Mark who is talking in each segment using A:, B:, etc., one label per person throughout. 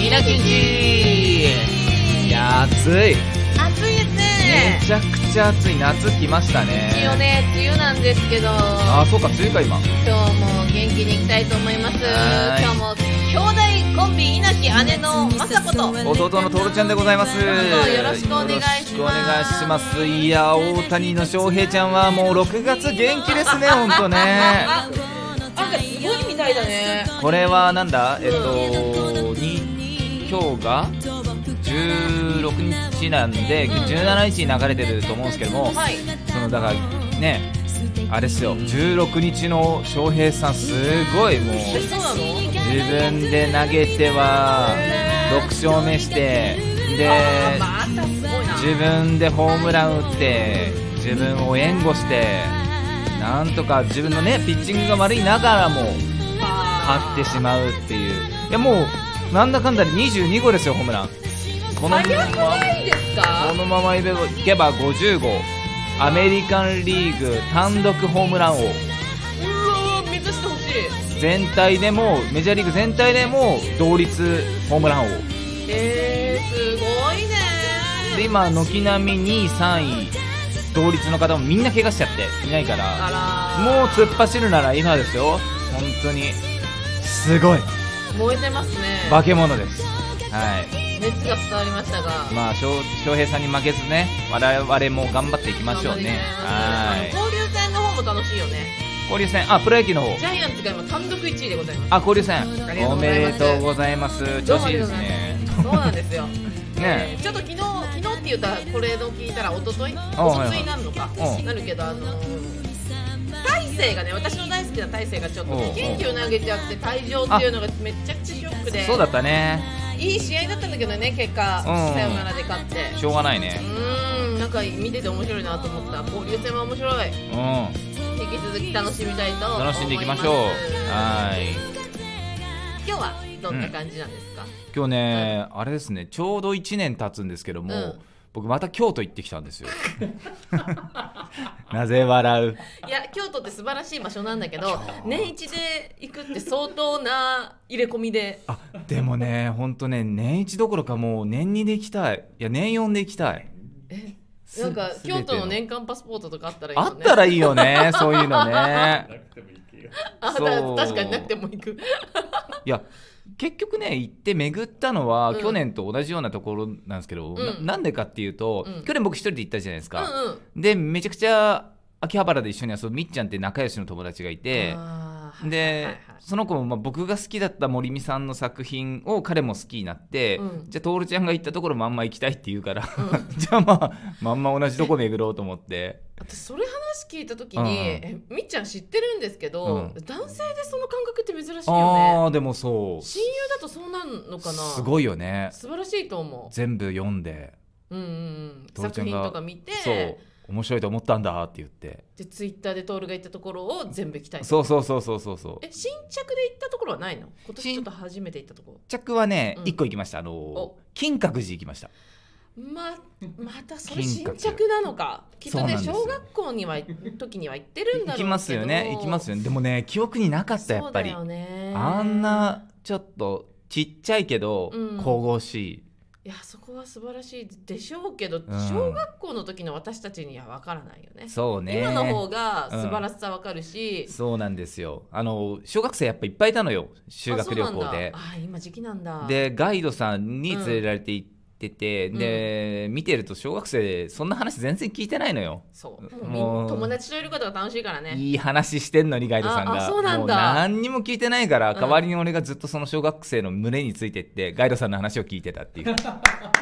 A: 稲キンキいや、暑い。
B: 暑いですね
A: め。ちゃくちゃ暑い。夏来ましたね。
B: 一応ね、梅雨なんですけど、
A: あ、そうか、梅雨か、今。
B: 今日も元気に行きたいと思います。
A: はーい
B: 今日も、兄弟コンビ、稲木姉のまさこと、ね、
A: 弟のトロちゃんでございます。
B: うよろしくお願いします
A: よろしくお願いします。いや、大谷の翔平ちゃんはもう6月元気ですね、ほんとね。
B: なんかすごいみたいだね。
A: これはなんだえっと、に、今日が16日なんで、17日に流れてると思うんですけども、
B: はい。
A: そのだからねあれっすよ16日の翔平さんすごいもう
B: え、そうなの
A: 自分で投げては6勝目してで
B: あまあ、あんたすごいな。
A: 自分でホームラン打って自分を援護してなんとか自分のねピッチングが悪いながらも勝ってしまうっていういやもうなんだかんだで22号ですよホームランこ
B: 早くないです
A: こ
B: か
A: のままいけば50号アメリカンリーグ単独ホームラン王
B: うわー、目指してほし
A: 全体でもメジャーリーグ全体でも同率ホームラン王
B: い。えー、すごいね
A: で今軒並み2位3位同率の方もみんな怪我しちゃっていないか
B: あ
A: ら
B: ら
A: もう突っ走るなら今ですよ本当にすごい
B: 燃えてますね。
A: 化け物ですはい
B: 熱が伝わりましたが。
A: まあ翔翔平さんに負けずね我々も頑張っていきましょうねはい
B: 交流戦の方も楽しいよね。
A: 交流戦あプロ野球の方
B: ジャイアンツが今単独1位でございます。
A: あ、交流戦
B: ありが
A: お
B: とうご
A: め
B: ざいます
A: でとうございます。調子いいですね。
B: そうなんですよ。
A: ね
B: えーちょっと昨日、昨日って言ったら、これの聞いたら、一昨日、
A: はい
B: 一
A: はい
B: 昨日になるのか、
A: うん
B: なるけど、あのー。大勢がね、私の大好きな大勢がちょっと
A: おうおう
B: ね、元気を投げちゃって、退場っていうのがめちゃくちゃショックで。
A: そうだったね。
B: いい試合だったんだけどね、結果、
A: うん
B: さよならで勝って。
A: しょうがないうね。
B: ーん、なんか見てて面白いなと思った。交流戦は面白い。
A: うん。
B: 引き続き楽しみたいと思いま
A: 楽
B: す。
A: しんでいきましょう。はい。
B: 今日はどんな感じなんですか、
A: 今日ね、あれですね、ちょうど1年経つんですけども、
B: うん
A: 僕また京都行ってきたんですよ。 なぜ笑う
B: いや京都って素晴らしい場所なんだけど年一で行くって相当な入れ込みで
A: あ、でもね、ほんとね、年1どころかもう年2で行きたい。いや、年4で行きたい。
B: え
A: す
B: なんか
A: すべて
B: 京都の年間パスポートとかあったらいいよ
A: あ
B: ね
A: ったらいいよね、そういうのね。
B: あ
A: そう
B: だ確かになくても行く
A: いや結局ね行って巡ったのは、
B: うん
A: 去年と同じようなところなんですけど、
B: ん
A: ななんでかっていうと、
B: うん
A: 去年僕一人で行ったじゃないです
B: うん
A: か、
B: うん
A: でめちゃくちゃ秋葉原で一緒に遊ぶみっちゃんって仲良しの友達がいて
B: あーはい
A: で、
B: はいはい
A: その子もまあ僕が好きだった森美さんの作品を彼も好きになって、
B: うん
A: じゃあ徹ちゃんが行ったところまんま行きたいって言うから、 じゃあまあまんま同じとこ巡ろうと思って
B: 私それ話聞いた時に、
A: うんうん
B: えみっちゃん知ってるんですけど、
A: う
B: 男性でその感覚って珍しいよね
A: ああでもそう
B: 親友だとそうなんのかな
A: すごいよね
B: 素晴らしいと思
A: 全部読んで
B: う、うんうんうん、
A: 徹ちゃんが
B: 作品とか見て
A: そう面白いと思ったんだって言って
B: でツイッターでトールが行ったところを全部行きたい
A: そうそうそうそうそうそう
B: え新着で行ったところはないの今年
A: 新
B: ちょっと初めて行ったとこ
A: 着はね、
B: うん
A: 一個行きましたあのー金閣寺行きました
B: ままたそれ
A: 金
B: 新
A: 閣
B: 着なのかきっと
A: そうなん
B: ね
A: ですよ
B: 小学校には時には行ってるんだろ
A: 行
B: うけど
A: きますよね行きますよねでもね記憶になかったや
B: そ
A: っ
B: う
A: ぱ
B: だ
A: り、
B: よね
A: あんなちょっとちっちゃいけど、
B: うん
A: 神々しい
B: いやそこは素晴らしいでしょうけど、
A: ん
B: 小学校の時の私たちには分からないよね
A: そうね
B: 今の方が素晴らしさ分かるし、
A: そうなんですよあの小学生やっぱいっぱいいたのよ修学旅行で
B: あそうなんだあ今時期なんだ
A: でガイドさんに連れられて行ってて、
B: うん
A: で見てると小学生そんな話全然聞いてないのよ
B: そうもうみん
A: もう
B: 友達といることが楽しいからね
A: いい話してんのにガイドさんが
B: ああそうな
A: も
B: んだ
A: う何にも聞いてないから
B: うん
A: 代わりに俺がずっとその小学生の胸についてって、ガイドさんの話を聞いてたっていう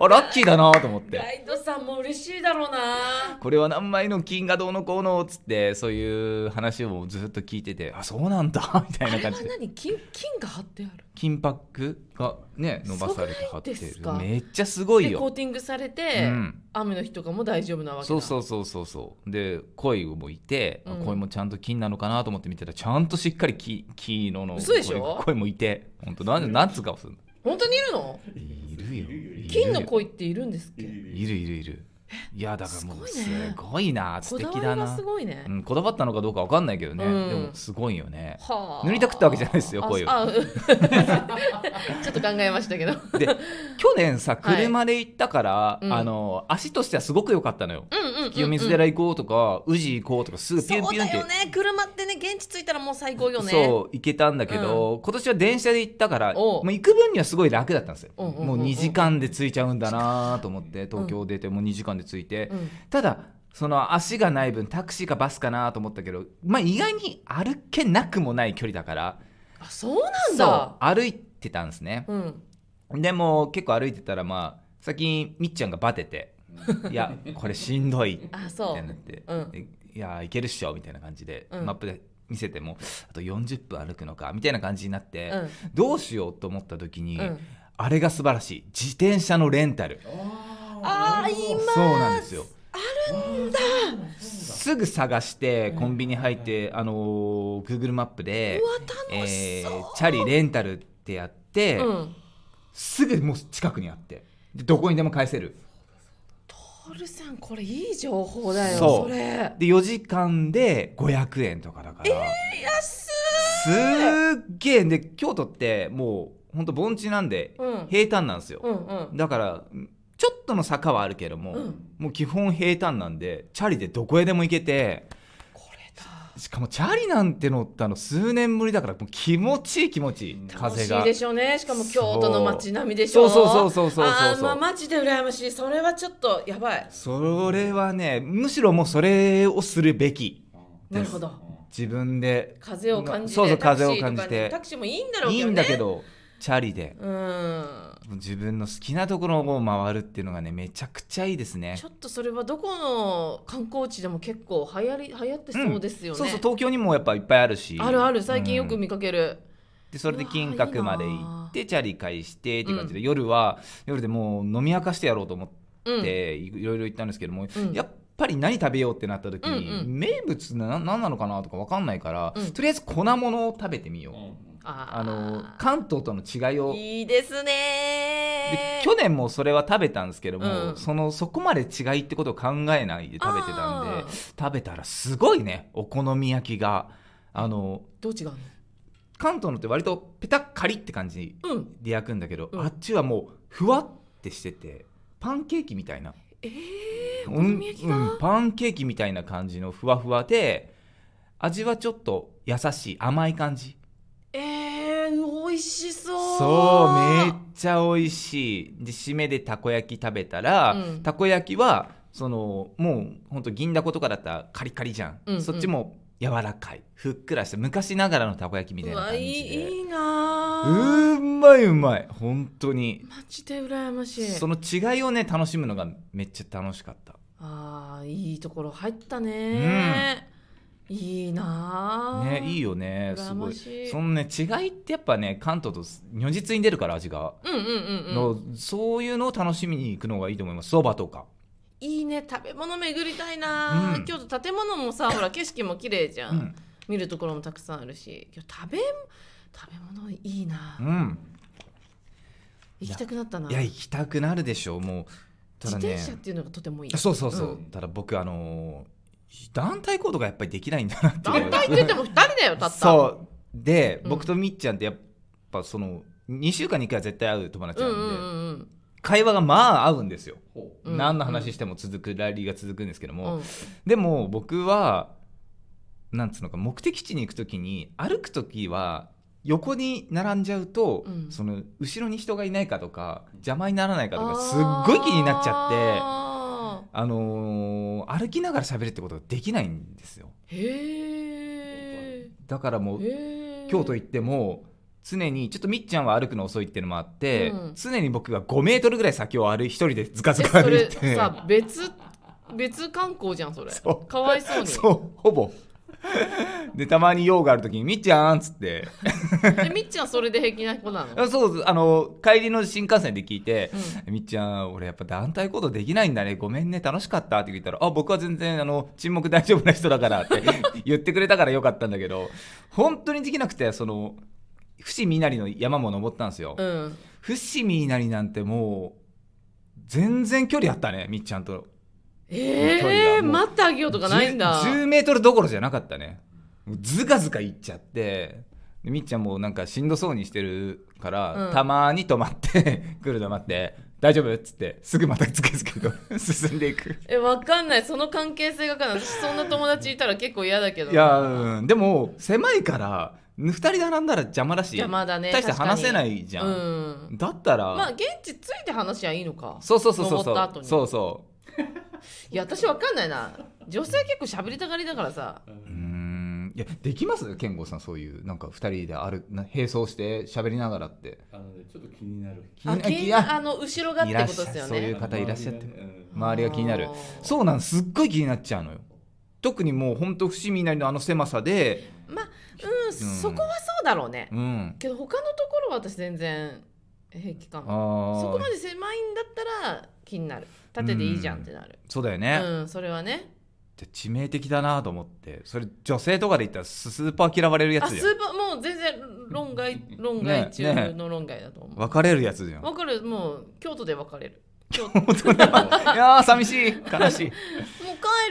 A: あラッキーだなと思っ
B: ガ
A: て
B: イドさんも嬉しいだろうな
A: これは何枚の金がどうのこうのっつってそういう話をずっと聞いててあそうなんだみた
B: あ
A: いな
B: れは
A: 感じで
B: 何金金が貼ってある
A: 金箔がね伸ばされて貼ってる
B: すごいですか
A: めっちゃすごい
B: でコー
A: よ
B: ティングされて、
A: うん
B: 雨の日とかも大丈夫なわけだ
A: そうそうそうそうそうで鯉もいて、あ
B: うん
A: 鯉もちゃんと金なのかなと思って見てたらちゃんとしっかり金金色の
B: 嘘でしょ
A: 鯉鯉もいて本当なんでなんつう顔するの
B: 本当にいるの
A: いるよ。
B: 金の恋っているんですっけ
A: いるいるいる。いやだからもう
B: すごいね
A: すごいな素
B: こだ
A: 敵
B: わ
A: だ
B: りが
A: な
B: すごいね
A: う。ん、こだわったのかどうかわかんないけどね、
B: うん
A: でもすごいよ ね
B: はあ
A: 塗りたくったわけじゃないですよこういう
B: ああうん ちょっと考えましたけど。うん
A: で去年さ
B: はい
A: 車で行ったから、
B: うん
A: あの足としてはすごく良かったのよ、
B: うんうん。
A: 清水寺行こうとか宇治行こうとかすぐピュン
B: そう
A: ピュンっ
B: だ
A: て
B: よね。車ってね現地着いたらもう最高よね。
A: そう行けたんだけど、今年は電車で行ったから
B: おう
A: もう行く分にはすごい楽だったんですよ、
B: うんうんうんうん
A: もう2時間で着いちゃうんだなと思って東京出てもう2時間で着いて、
B: うん。
A: ただその足がない分タクシーかバスかなと思ったけど、まあ、意外に歩けなくもない距離だから
B: あそうなん
A: そう
B: だ。
A: 歩いてたんですね、
B: うん。
A: でも結構歩いてたらまあ先にみっちゃんがバテ て「いやこれしんどい」み
B: あ
A: た
B: そう
A: いになって「
B: うん
A: でいやいけるっしょ」みたいな感じで、
B: うん
A: マップで見せてもあと40分歩くのかみたいな感じになって、
B: うん
A: どうしようと思った時に、
B: うん
A: あれが素晴らしい自転車のレンタル
B: あー今
A: そうなんですよ
C: だ。
A: すぐ探してコンビニ入って、あのー Google マップで
B: うわ楽しそう
A: えーチャリレンタルってやって、
B: うん。
A: すぐもう近くにあってでどこにでも返せる
B: ポールさんこれいい情報だよ。
A: そう
B: それ。
A: で4時間で500円とかだから、
B: 安
A: すっげえで京都ってもうほんと盆地なんで
B: い。うん。
A: 平坦なんですよ、
B: うんうん。
A: だからちょっとの坂はあるけれども、
B: うん
A: もう基本平坦なんでチャリでどこへでも行けて
B: これだ。
A: しかもチャリなんて乗ったの数年ぶりだからもう気持ちいい気持ちいい風が
B: 楽しいでしょうね。しかも京都の街並みでし
A: そ
B: ょ。
A: うそうそうそうそう
B: あ
A: そう
B: ーま
A: そ
B: あ
A: う
B: マジで羨ましい。それはちょっとやばい。
A: それはねむしろもうそれをするべき
B: なるほど。
A: 自分で
B: 風を感じて。
A: そうそう
B: タクシ
A: 風
B: ー
A: を感じ
B: とか
A: て
B: にタクシーもいいんだろう
A: い
B: け
A: い
B: どね。
A: んだけどチャリで
B: うん。
A: 自分の好きなところを回るっていうのがねめちゃくちゃいいですね
B: ちょっとそれはどこの観光地でも結構流行り流行ってそうですよね。
A: そうそう東京にもやっぱいっぱいあるし
B: あるある最近よく
A: うん
B: 見かける。
A: でそれで金閣まで行ってチャリ返してって感じで、夜は夜でもう飲み明かしてやろうと思っ
B: うん。
A: て、いろいろ行ったんですけども、
B: うん
A: やっぱり何食べようってなった時に、
B: うんう
A: 名物な何なのかなとか分かんないから、
B: うん
A: とりあえず粉物を食べてみよう、
B: あー
A: あの関東との違いを
B: いいですね
A: で。去年もそれは食べたんですけども、
B: うん
A: そのそこまで違いってことを考えないで食べてたんで
B: あー
A: 食べたらすごいねお好み焼きがあの
B: どう違うの？
A: 関東のって割とペタッカリって感じ
B: うん。
A: で焼くんだけど、
B: うん
A: あっちはもうふわってしててパンケーキみたいな
B: ええー、お
A: う
B: 好
A: ん
B: み焼きが。
A: うんパンケーキみたいな感じのふわふわで味はちょっと優しい甘い感じ
B: ええー、美味しそう。
A: そうめっちゃ美味しいで締めでたこ焼き食べたら、
B: うん
A: たこ焼きはそのもうほんと銀だことかだったらカリカリじゃん、
B: うんうん
A: そっちも柔らかいふっくらして昔ながらのたこ焼きみたいうな
B: わ
A: 感
B: い
A: じ
B: い
A: で
B: いいな
A: うー
B: ー。
A: まいうまい本当に
B: マジで羨ましい。
A: その違いをね楽しむのがめっちゃ楽しかった
B: ああいいところ入ったねー。いいなー。
A: ねいいよねす
B: 羨
A: ご
B: ま
A: い
B: しい
A: そのね違いってやっぱね関東と如実に出るから味が、
B: うんうんうんうん。
A: のそういうのを楽しみに行くのがいいと思いますそばとか
B: いいね食べ物巡りたいな、
A: うん
B: 京都建物もさほら景色も綺麗じゃん、
A: うん
B: 見るところもたくさんあるし今日食べ食べ物いいな、
A: うん
B: 行きたくなったない
A: や行きたくなるでしょうもうた
B: 自
A: だ
B: 転
A: ね
B: 車っていうのがとてもいい
A: そうそうそう、
C: うん
A: ただ僕あのー団体行動がやっぱりできないんだなっていう
B: 団体って言っても2人だよたった
A: そうで、
B: うん
A: 僕とみっちゃんってやっぱその2週間に1回は絶対会う友達
B: うん
A: なん
B: う
A: で、
B: んうん
A: 会話がまあ合うんですよ、
B: うん
A: 何の話しても続くラリーが続くんですけど
B: う
A: も、
B: ん
A: でも僕はなんつうのか目的地に行く時に歩く時は横に並んじゃうと、
B: うん
A: その後ろに人がいないかとか邪魔にならないかと
B: あ
A: か
B: ー
A: すっごい気になっちゃって。
B: あ
A: あのー歩きながら喋るってことができないんですよ
B: ーへえ
A: だからもう京都行
B: っ
A: っても常にちょっとみっちゃんは歩くの遅いっていうのもあって、
B: うん
A: 常に僕が5メートルぐらい先を歩い一人でズカズカ
B: そ
A: 歩い
B: れ
A: て
B: さ別別観光じゃんそれ
A: そう
B: かわいそうに
A: そう、ほぼ。で、たまに用があるときに、みっちゃんっつって、
B: でみっちゃんそれで平気な子なの
A: あそう、あの、帰りの新幹線で聞いて、みっちゃん、俺やっぱ団体行動できないんだね、ごめんね、楽しかったって聞いたら、あ、僕は全然、あの、沈黙大丈夫な人だからって 言ってくれたからよかったんだけど、本当にできなくて、その、伏見稲荷の山も登ったんですよ。
B: うん、うん
A: 伏見稲荷なんてもう、全然距離あったね、みっちゃんと。
B: え
A: 距
B: え
A: 離が
B: ー、
A: もう
B: 待ってあげようとかないんだ
A: 10 10メートルどころじゃなかったねもうズカズカ行っちゃってでみっちゃんもなんかしんどそうにしてるから、
B: うん
A: たまに止まって 来るの待って大丈夫っつってすぐまたズカズカと 進んでいく
B: えわかんないその関係性がわかんない私そんな友達いたら結構嫌だけど
A: いやーうんでも狭いから2人並んだら邪魔だし
B: 邪魔だね
A: 大して
B: 確かに
A: 話せないじゃ、
B: うんん
A: だったら、
B: まあ現地ついて話しゃいいのか
A: そうそうそうそうそ
B: 登った後
A: う
B: に
A: そうそ
B: いや私わかんないな女性結構しゃべりたがりだからさ
A: ううーんいやできます健吾さんそういうなんか2人であるな並走して喋りながらって
C: あのね、ちょっと気になる。
A: 気
B: あ
A: にな
B: け
A: い
B: ん
A: や
B: あの後ろがってことですよ
A: いらっしゃいそうい
B: ね
A: う方いらっしゃって
C: 周りがねうん
A: 周りが気になる
B: あー
A: そうなんすっごい気になっちゃうのよ特にもうほんと伏見稲荷のあの狭さで
B: まあうん、そこはそうだろうね
A: うん
B: けど他のところは私全然平気か
A: あ
B: もそこま
A: ー
B: で狭いんだったら気になる縦でいいじゃんってなる
A: そうだよ
B: う
A: ね、
B: ん、それはね
A: で致命的だなと思ってそれ女性とかで言ったらススーパー嫌われるや
B: あ
A: つ
B: ス
A: じ
B: ー
A: ゃん
B: パーもう全然論外論
A: ね
B: 外
A: ね
B: 中の論外だと思う
A: 別れるやつじゃん
B: わかるもう京都で別れる京もう
A: 本当だ よいやー寂しい悲しい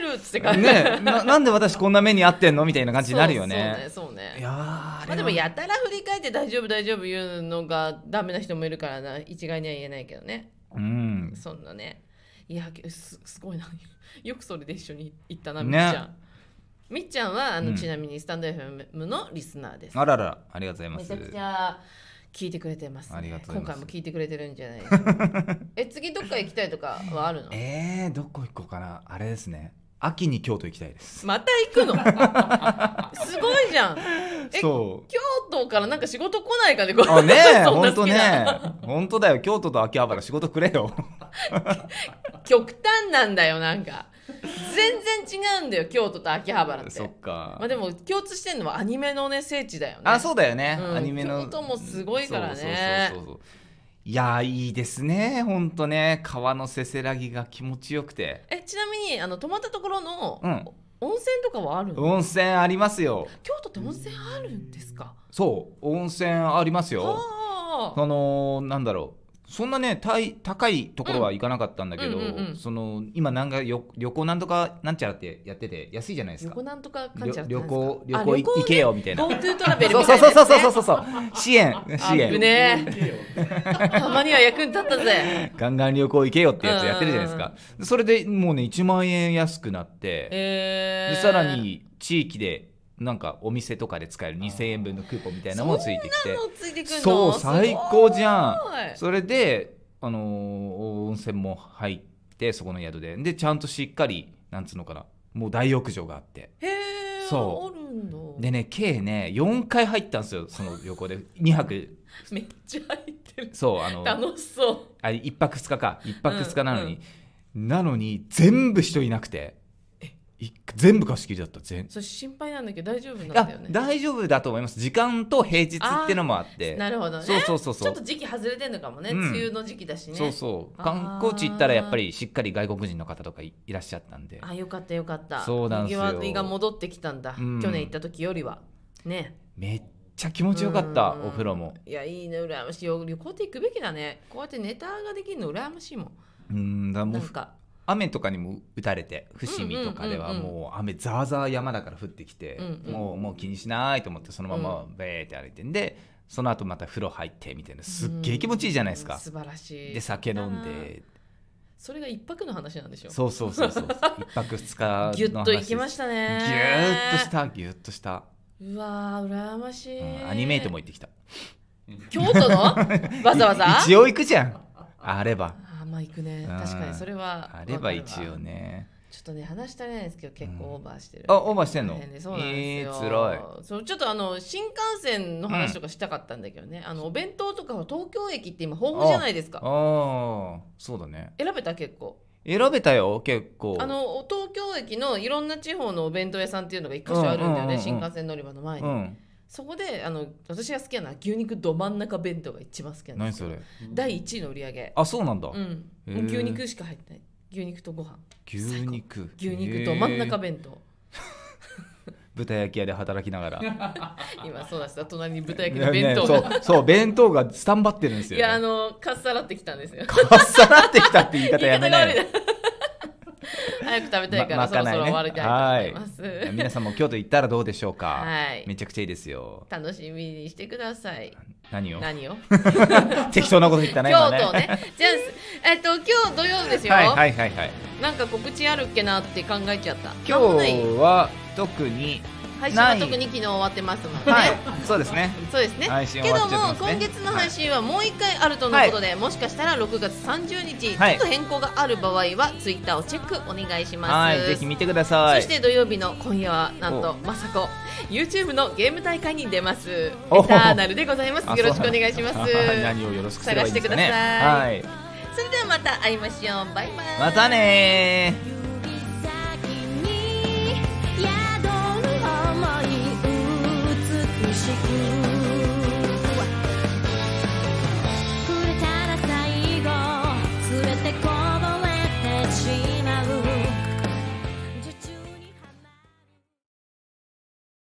B: 帰るっつって帰る
A: ねななんで私こんな目に遭ってんのみたいな感じになるよね
B: そうそうねそうね
A: いやーあれ
B: まあ
A: は
B: でもやたら振り返って大丈夫大丈夫言うのがダメな人もいるからな一概には言えないけどね
A: うん
B: そんなねいやすすごいなよくそれで一緒に行ったなみっち
A: ね
B: ゃん、みっちゃんはあの、
A: うん
B: ちなみにスタンド FM のリスナーです
A: あららありがとうご
B: めち
A: ざ
B: ゃ
A: いま
B: く
A: す
B: ちゃ聞いてくれてます,、
A: ありがとうござい
B: 今
A: ます
B: 回も聞いてくれてるんじ ゃないでしょうかえ次どっか行きたいとかはあるの
A: えー、どこ行こうかなあれですね秋に京都行きたいです
B: また行くの すごいじゃんえ
A: そう
B: 京都からなんか仕事来ないかねこれ
A: あねえ、
B: そん
A: 本
B: な好
A: 当
B: きな
A: ね。本当だよ。京都と秋葉原仕事くれよ。
B: 極端なんだよなんか全然違うんだよ京都と秋葉原っ
A: そ
B: て
A: っか。
B: まあでも共通してんのはアニメのね聖地だよね
A: あ、そうだよね。
B: うん
A: アニメの。
B: 京都もすごいからね
A: そうそうそうそういやー、いいですね。本当ね。川のせせらぎが気持ちよくて。
B: えちなみにあの泊まったところの、
A: うん
B: 温泉とかはあるの、
A: 温泉ありますよ。
B: 京都って温泉あるんですか
A: そう、温泉ありますよ。
B: ああ
A: そのなんだろうそんなねたい高いところは行かなかったんだけど、
B: うんうんうんうん
A: その今なんかよ旅行なんとかなんちゃらってやってて安いじゃないですか
B: 横なんとか感
A: 旅
B: じ
A: 旅行旅行い行け
B: よ
A: よみたいな
B: GoTo トラベル
A: そう
B: み
A: そう
B: たい
A: そ
B: な
A: う
B: や
A: そ
B: つ、ね、
A: うそうそうそう支援支
B: あぶ
A: 援
B: ね
C: 行けよ
B: えたまには役に立ったぜ
A: ガンガン旅行行けよってやつやってるじゃないですかそれでもうね1万円安くなって
B: え
A: で
B: ー、
A: さらに地域でなんかお店とかで使える2000円分のクーポンみたいなのもついてきて
B: もうついてくるの
A: そう最高じゃん
B: すごい
A: それで、あのー温泉も入ってそこの宿ででちゃんとしっかりなんつうのかなもう大浴場があって
B: へえ
A: そう
B: あるんだ
A: でね計ね4回入ったんですよその旅行で2泊
B: めっちゃ入ってる
A: そうあの
B: 楽しそう
A: あ1泊2日か1泊2日なのに、なのに全部人いなくてい全部貸し切りだった全
B: それ心配なんだけど大丈夫なん
A: あ
B: だよね
A: 大丈夫だと思います時間と平日ってのもあって
B: なるほどね
A: そうそうそうそう
B: ちょっと時期外れてんのかもね、
A: うん
B: 梅雨の時期だしね
A: そうそう
B: あー
A: 観光地行ったらやっぱりしっかり外国人の方とかいいらっしゃったんで
B: あよかったよかった
A: そうなんすよ
B: にぎわいが戻ってきたんだ、
A: うん
B: 去年行った時よりはね
A: めっちゃ気持ちよかった
B: うん
A: お風呂も
B: いやいいね羨ましいよ旅行って行くべきだねこうやってネタができるの羨ましいもん
A: うんだ
B: な
A: もうん
B: か
A: 雨とかにも打たれて伏見とかでは
B: うんうんうんうん
A: もう雨ザーザー山だから降ってきて、
B: うんうん
A: もうもう気にしないと思ってそのままベーって歩いてんでその後また風呂入ってみたいなすっげえ気持ちいいじゃないです
B: うん
A: か、
B: 素晴らしい
A: で酒飲んで
B: それが一泊の話なんでしょ
A: そうそうそうそう 一泊二日の話
B: ぎゅっと行きましたたね
A: ぎゅーっとしたぎゅーっとした、
B: うわー羨ましい、
A: うんアニメイトも行ってきた
B: 京 都のわざわざ
A: 一応行くじゃんあれば
B: あーまあ行くね
A: うん
B: 確かにそれは
A: あれば一
B: わかる
A: 応
B: わ
A: ね
B: ちょっとね話したれないですけど結構オーバーしてる、
A: あオーバーしてんの
B: 大変でそうなん
A: え
B: ですよ、
A: ー、つらい
B: そうちょっとあの新幹線の話とかしたかったんだけどね、あのお弁当とかは東京駅って今豊富じゃないですか
A: ああそうだね
B: 選べた結構
A: 選べたよ結構
B: あの東京駅のいろんな地方のお弁当屋さんっていうのが一箇所あるんだよね、
A: うんうんうんうん
B: 新幹線乗り場の前に、
A: うん
B: そこであの私が好きなのは牛肉ど真ん中弁当が一番好きなんで
A: 何
B: すよ
A: それ
B: 第1位の売り上げ
A: あそうなんだ、
B: うん、
A: へー
B: 牛肉しか入ってない牛肉とご飯
A: 牛肉
B: 牛肉と真ん中
A: へー
B: 弁当
A: 豚焼き屋で働きな がら
B: 今そうだした隣に豚焼きの弁当
A: いや
B: が、
A: ねそうそう弁当がスタンバってるんです
B: い
A: よ、ね、
B: やあのかっさらってきたんですよ
A: かっさらってきたって言い方やめな
B: 言
A: い
B: い方が悪いな早く食べたいから、
A: ま
B: そろそろ終わりたいと思いま す。
A: はい皆さんも京都行ったらどうでしょうか、
B: はい
A: めちゃくちゃいいですよ
B: 楽しみにしてください。
A: 何を
B: 何を？
A: 適当なこと言ったね
B: 京
A: 今
B: 都
A: ね
B: ね。じゃあ、えっと今日土曜日ですよ。
A: はいはいはいはい
B: なんか告知あるっけなって考えちゃった。
A: 今日
B: なんもない
A: は特に
B: 配信は特
A: ない
B: に昨日終わってますもんね。
A: はいそうですね
B: そうですね。
A: 配信
B: け
A: 終わ
B: ど
A: っちゃっ
B: も
A: てますね
B: 今月の配信はもう一回あるとのことで、もしかしたら6月30日、
A: はい
B: ちょっと変更がある場合はツイッターをチェックお願いします。
A: はいぜひ見てくださ
B: そ
A: い
B: して土曜日の今夜はなんと
A: お
B: まさこ YouTube のゲーム大会に出ます。エ
A: お
B: ターナルでございます。
A: あ
B: よろしくお願いします。そ
A: はい
B: れ
A: 何をよろしくすればいいんですかね
B: 探
A: はい
B: ではまた会いましょう。バイバイ。
A: またねー